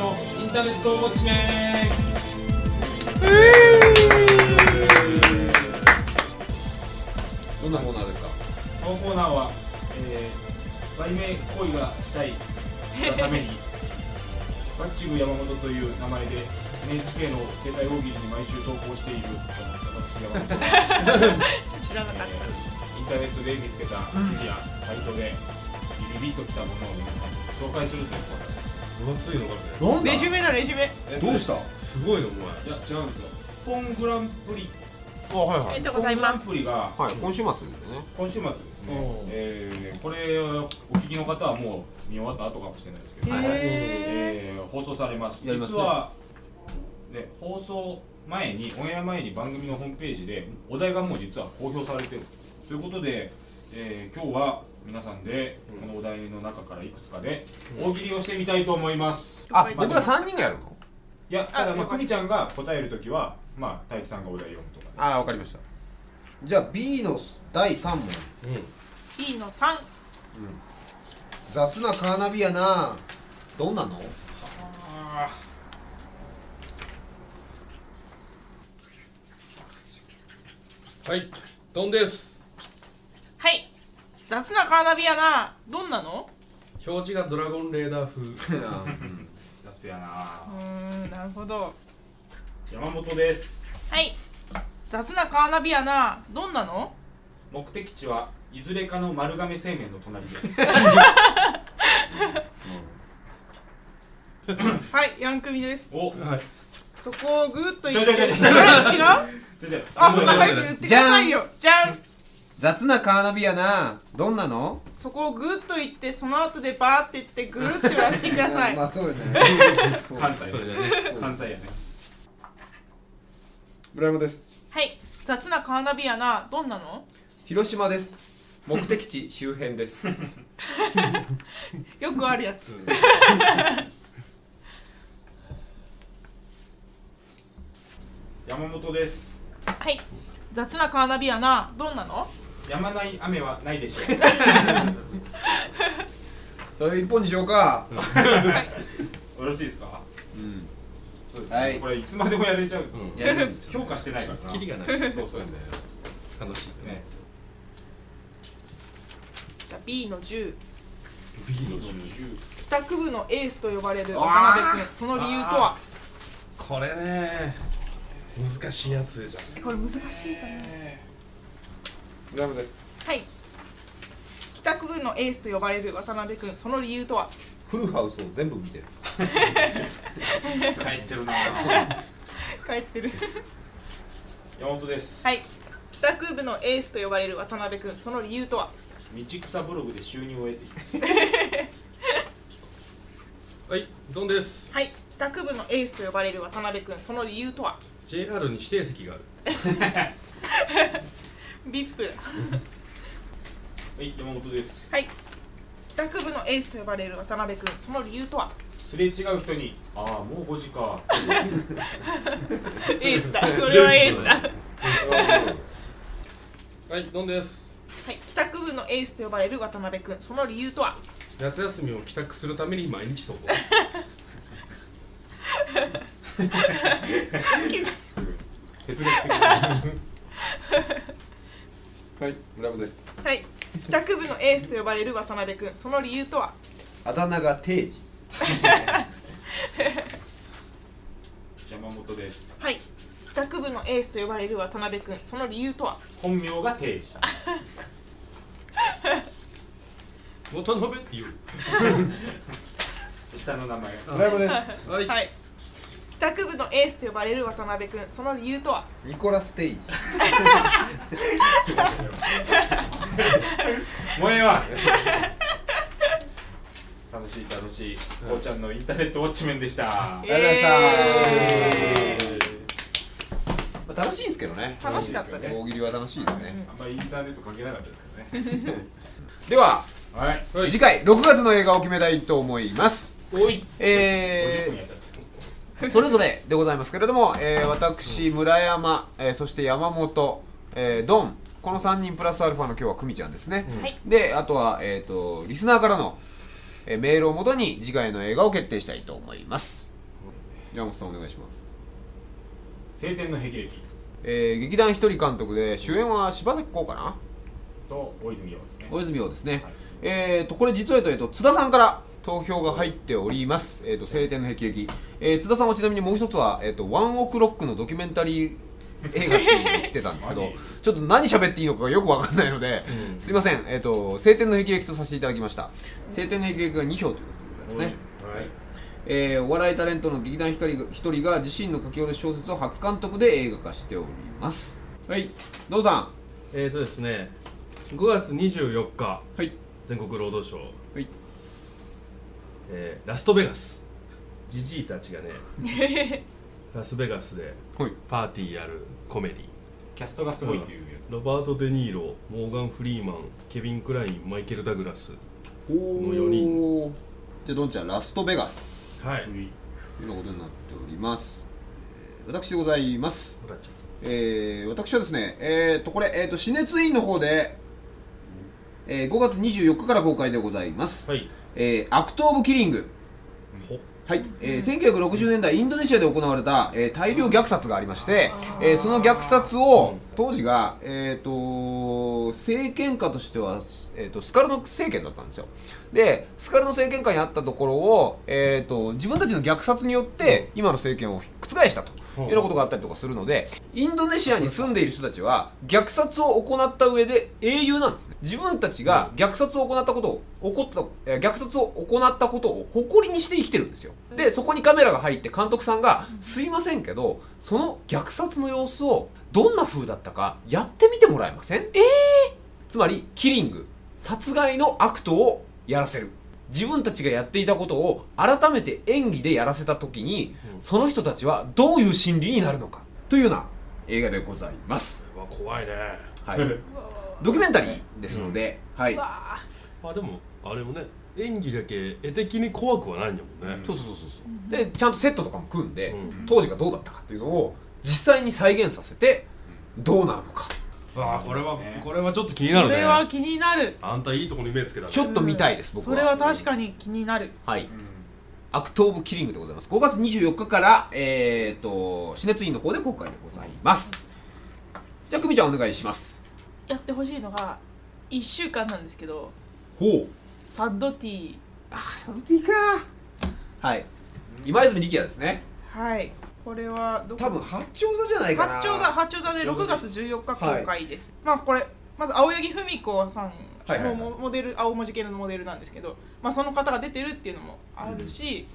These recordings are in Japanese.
ネットウォッチメンどんなコーナーですかこのコーナーは、えー、売名行為がしたいがため にバッチグ山本という名前で NHK の携帯大喜利に毎週投稿している私山本が、知らなかっえーインターネットで見つけた記事やサイトでビビビッときたものを皆さんに紹介するというコーナーです分厚いのかねなんただレジュメだレジュメえどうしたすごいのおいや違うんですよポングランプリあはいはありいがとポンうございグラまンすプリがはい、今週末でね。今週末ですおねう、えーこれをお聞きの方はもう見終わった後かもしれないですけど、はいえー放送されますやりますね実は、ね、放送前にオンエア前に番組のホームページでお題がもう実は公表されてるということで、えー今日は皆さんでこのお題の中からいくつかで大喜利をしてみたいと思います、あ、僕ら三人がやるの。いやただまああ久美ちゃんが答えるときはまあ大輝さんがお題読むとかねあー、わかりました。じゃあ B の第3問 B の3雑なカーナビやなどんなの前はいドンですはい雑なカーナビやなどんなの表示がドラゴンレーダー風雑やなうーんなるほど山本ですはい雑なカーナビやなどんなの目的地はいずれかの丸亀製麺の隣ですはいヤンクミですお、はい、そこをグーッとちょってちょちょちょちょ違じうゃああ、もっと早く言ってくださいよじゃん雑なカーナビやな。どんなの。そこをグーッと言ってその後でバーって言ってグーッて割ってくださいまあそうよね関西 それだね関西やね村山ですはい雑なカーナビやなどんなの広島です。目的地周辺 です。よくあるやつ山本ですはい雑なカーナビやなどんなのやまない雨はないでしょうそれ一本にしようか。 よろしいですかうん。そうですはいこれいつまでもやれちゃう、うんやるん ですよ。評価してないからなキリがないそうそうですね楽しいねねじゃあ B の10 B の帰宅部のエースと呼ばれる渡辺君その理由とはこれね難しいやつじゃんえこれ難しいかな村山ですはい帰宅部のエースと呼ばれる渡辺君その理由とは フルハウスを全部見てる帰ってるな帰って る山本です、はい帰宅部のエースと呼ばれる渡辺君その理由とは道草ブログで収入を得ているはいドンですはい帰宅部のエースと呼ばれる渡辺君その理由とは JR に指定席がある VIP はい山本ですはい帰宅部のエースと呼ばれる渡辺君その理由 とはすれ違う人にああもう5時かエースだそれはエースだははいドンですい帰宅部のエースと呼ばれる渡辺君その理由とは夏休みを帰宅するために毎日投 稿すぐ哲学的なはい村山ですはい帰宅部のエースと呼ばれる渡辺君その理由とはあだ名が定時山本ですはい帰宅部のエースと呼ばれる渡辺君その理由とは本名が定時渡辺って言下の名前村山ですうはいはい帰宅部のエースと呼ばれる渡辺君その理由とはニコラス定時もうええわ楽しい楽しい、こうちゃんのインターネットウォッチメンでしたりがとうございましたえまあ楽しいんですけどね。ー楽しかったです大喜利は楽しいですね。あんまりインターネット関係なかったですけどねでは、はいはい次回6月の映画を決めたいと思います。おいえ50ー分やっちゃっ たそれぞれでございますけれども、えー私村山、えーそして山本、えードンこの3人プラスアルファの今日は久美ちゃんですね、はいであとは、えー、とリスナーからの、えーメールをもとに次回の映画を決定したいと思います山本さんお願いします晴天の霹靂えー劇団ひとり監督で主演は柴咲コウかなと大泉洋ですね大泉洋ですね、はいえーとこれ実は言うと,、えーと津田さんから投票が入っております「えー、と晴天の霹靂、えー津田さんはちなみにもう一つは、えーと「ワンオクロック」のドキュメンタリー映画っていうのに来てたんですけマどジちょっと何喋っていいのかよくわかんないので、すいません、えーと「晴天の霹靂」とさせていただきました晴天の霹靂が2票ということでございますね、はいえーお笑いタレントの劇団ひかりが一人が自身の書き下ろし小説を初監督で映画化しておりますはいどうさえーとですね、5月24日、んはい全国労働省、はいえーラストベガス、ジジイたちがね、 ラスベガスではいパーティーやるコメディキャストがすごいっていうやつロバート・デ・ニーロ、モーガン・フリーマン、ケビン・クライン、マイケル・ダグラス、おーの四じゃあどんちゃんラストベガスはい、というようなことになっておりますえー私でございます、ほらちゃんえー私はですねえっ、とこれ、えー、と死熱委員の方で、えー5月24日から公開でございます、はい、えーアクト・オブ・キリングほはい、えー1960年代インドネシアで行われた、えー大量虐殺がありまして、えーその虐殺を当時が、えー、と政権下としては、えー、とスカルノ政権だったんですよでスカルノ政権下にあったところを、えー、と自分たちの虐殺によって今の政権を覆したと。いうようなことがあったりとかするのでインドネシアに住んでいる人たちは虐殺を行った上で英雄なんですね自分たちが虐殺を行ったことを起こったえー虐殺を行ったことを誇りにして生きてるんですよでそこにカメラが入って監督さんが「すいませんけどその虐殺の様子をどんな風だったかやってみてもらえません?」えつまりキリング殺害のアクトをやらせる自分たちがやっていたことを改めて演技でやらせた時にうんその人たちはどういう心理になるのかというような映画でございます、うわ怖いねはい、ドキュメンタリーですので、はいうわあでもあれもね演技だけ絵的に怖くはないんだもんね、そうそうそうそうそうでちゃんとセットとかも組んで、うん当時がどうだったかっていうのを実際に再現させてどうなるのかわあこれはねこれはちょっと気にーなるそねれは気になるあんたいいとこに目つけたねちょっと見たいです、僕それは確かに気になるはい、アクト・オブ・キリングでございます5月24日からえっ、と死熱院の方で公開でございますじゃあ久美ちゃんお願いしますやってほしいのが1週間なんですけどほうサッドティーあーサドティかはい今泉力也ですねはいこれはどこ多分八丁座じゃないかな八丁座八丁座で6月14日公開です、まあこれまず青柳文子さんはいはいはのいモモデル、青文字系のモデルなんですけど、まあ、その方が出てるっていうのもあるし、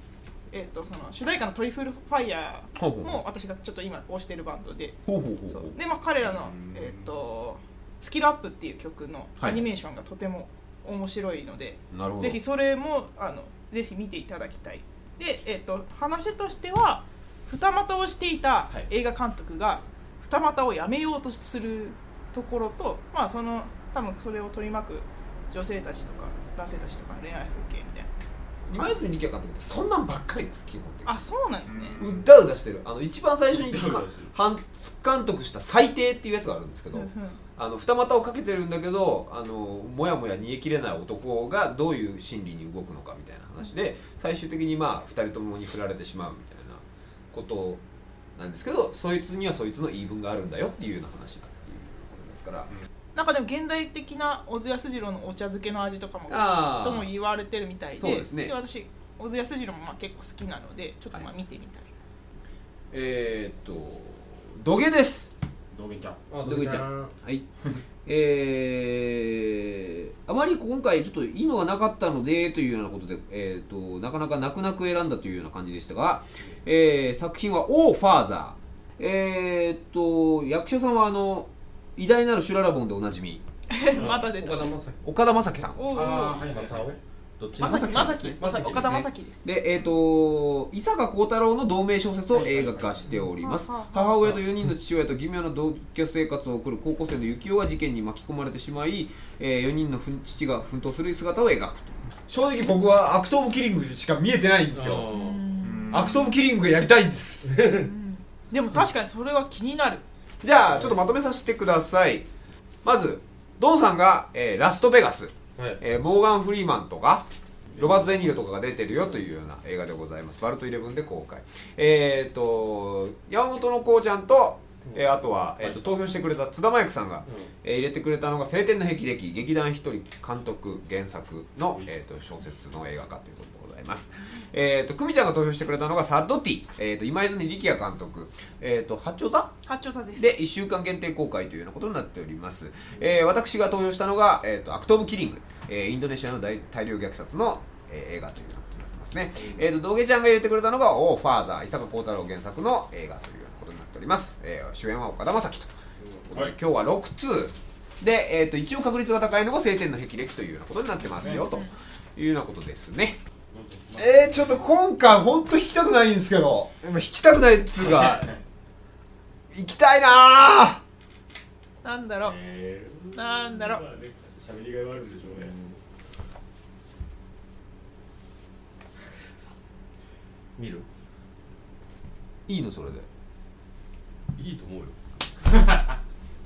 えっとその主題歌の「トリフルファイヤほうー」も私がちょっと今推してるバンドでほうほうほそううで、まあ、彼らのうん「えっとスキルアップ」っていう曲のはアいニメーションがとても面白いので、なるほどぜひそれもあのぜひ見ていただきたいで、えっと話としては二股をしていたはい映画監督が二股をやめようとするところとまあその多分それを取り巻く女性たちとか男性たちとかの恋愛風景みたい今泉力也監督ってそんなんばっかりです基本的なにあそうなんですね、うだうだしてるあの一番最初にうだうだしてる監監督した「最低」っていうやつがあるんですけど、うんうんあの二股をかけてるんだけどあのもやもや煮えきれない男がどういう心理に動くのかみたいな話で最終的にまあ二人ともに振られてしまうみたいなことなんですけどそいつにはそいつの言い分があるんだよっていうような話だっていうことですからなんかでも現代的な小津安二郎のお茶漬けの味とかもあーとも言われてるみたいでそうですね私小津安二郎もまあ結構好きなのでちょっとまあ見てみたい、えー、っと土下です道玄ちゃんあ土下ちゃんはいえー、あまり今回ちょっといいのがなかったのでというようなことで、えー、となかなか泣く泣く選んだというような感じでしたが、えー作品は「オー・ファーザー」えー、と役者さんはあの偉大なるシュララボンでおなじみ また出た岡田将生岡田将生さんおうおうあーはいはい正はい雄どっちまさきまさ正き樹岡正樹ですね田まさきです。でえー、と伊坂幸太郎の同名小説を映画化しておりますはいはいはい母親と4人の父親と奇妙な同居生活を送る高校生の幸男が事件に巻き込まれてしまい、え4人のふん父が奮闘する姿を描くと正直僕はアクト・オブ・キリングしか見えてないんですよアクト・オブ・キリングがやりたいんですでも確かにそれは気になる。じゃあちょっとまとめさせてくださいまずドンさんが、えーラストベガス、はいえーモーガン・フリーマンとか、ロバート・デ・ニーロとかが出てるよというような映画でございます。バルトイレブンで公開。えっ、と、山本のこうちゃんと、えーあとは、えー、と投票してくれた津田真由紀さんが、えー入れてくれたのが「晴天の霹靂」劇団ひとり監督原作の、えー、と小説の映画化ということでございます。えー、と久美ちゃんが投票してくれたのが「サッドティ」えー、と今泉力也監督「えー、と八丁座」八丁さですで1週間限定公開というようなことになっております、えー私が投票したのが、えーと「アクト・オブ・キリング」えーインドネシアの大大量虐殺の、えー映画というようなことになってますね、えーと道下ちゃんが入れてくれたのが「オー・ファーザー」伊坂幸太郎原作の映画というようなことになっております、えー主演は岡田将生と、はい今日は6通で、えー、と一応確率が高いのが「晴天の霹靂」というようなことになってますよというようなことですねえー、ちょっと今回本当引きたくないんですけど引きたくないっつうか 行きたいなーなんだろう、えなんだろう喋りがいはあるんでしょうね。見るいいのそれでいいと思う よ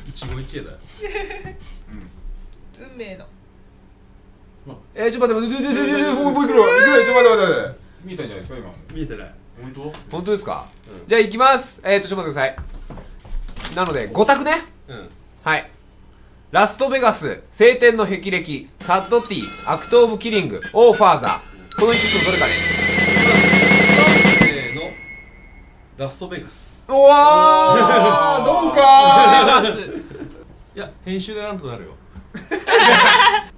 一期一会だよ運命のえー、ちょっと待って、待って、待って、待って、もうもういくら、いくら、ちょっと待って、待って待って。見えたんじゃないですか今。見えてない本当？本当ですか、うんじゃあ行きます。えーと、ちょっと待ってください。なので、5択ね。うんはい。ラストベガス、晴天の霹靂、サッドティー、アクト・オブ・キリング、オー・ファーザー。この5つのどれかです。せーのラストベガスうわー、ドンかバスいや編集でなんとなるよー。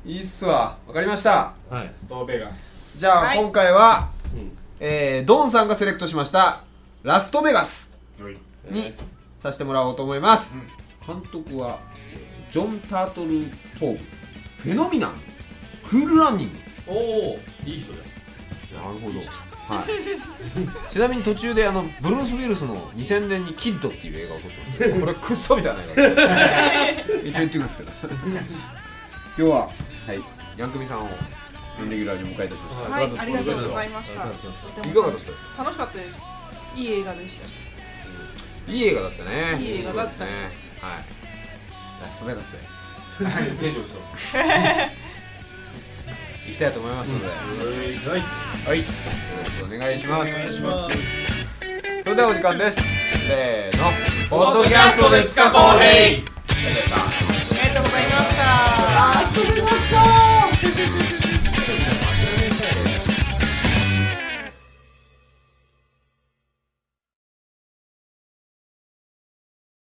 いいっすわ。わかりました。はい、ストーベガス。じゃあ、はい今回は、うん、えー、ドンさんがセレクトしました、ラストベガスはい。にさせてもらおうと思います。うん監督はえージョン・タートル・ポーブフェノミナンクールランニングおおいい人だよなるほど、 はい、ちなみに途中であのブルース・ウィルスの2000年に「キッド」っていう映画を撮ってます けどこれはクソみたいな映 画一応言ってくんですけ ど今日は、はい、ヤンクミさんをレギュラーにお迎えいたしましはいありがとうございましたそうそうそうとたていもかがでしたですか楽しかったですいい映画でしたしいい映画だったねいい映画だったそうですねしはいラストベガスでテンションした。行きたいと思いますので、はい。はい、よろしくお願いします。お願いします。それではお時間です。せーの、ポッドキャストで塚公平。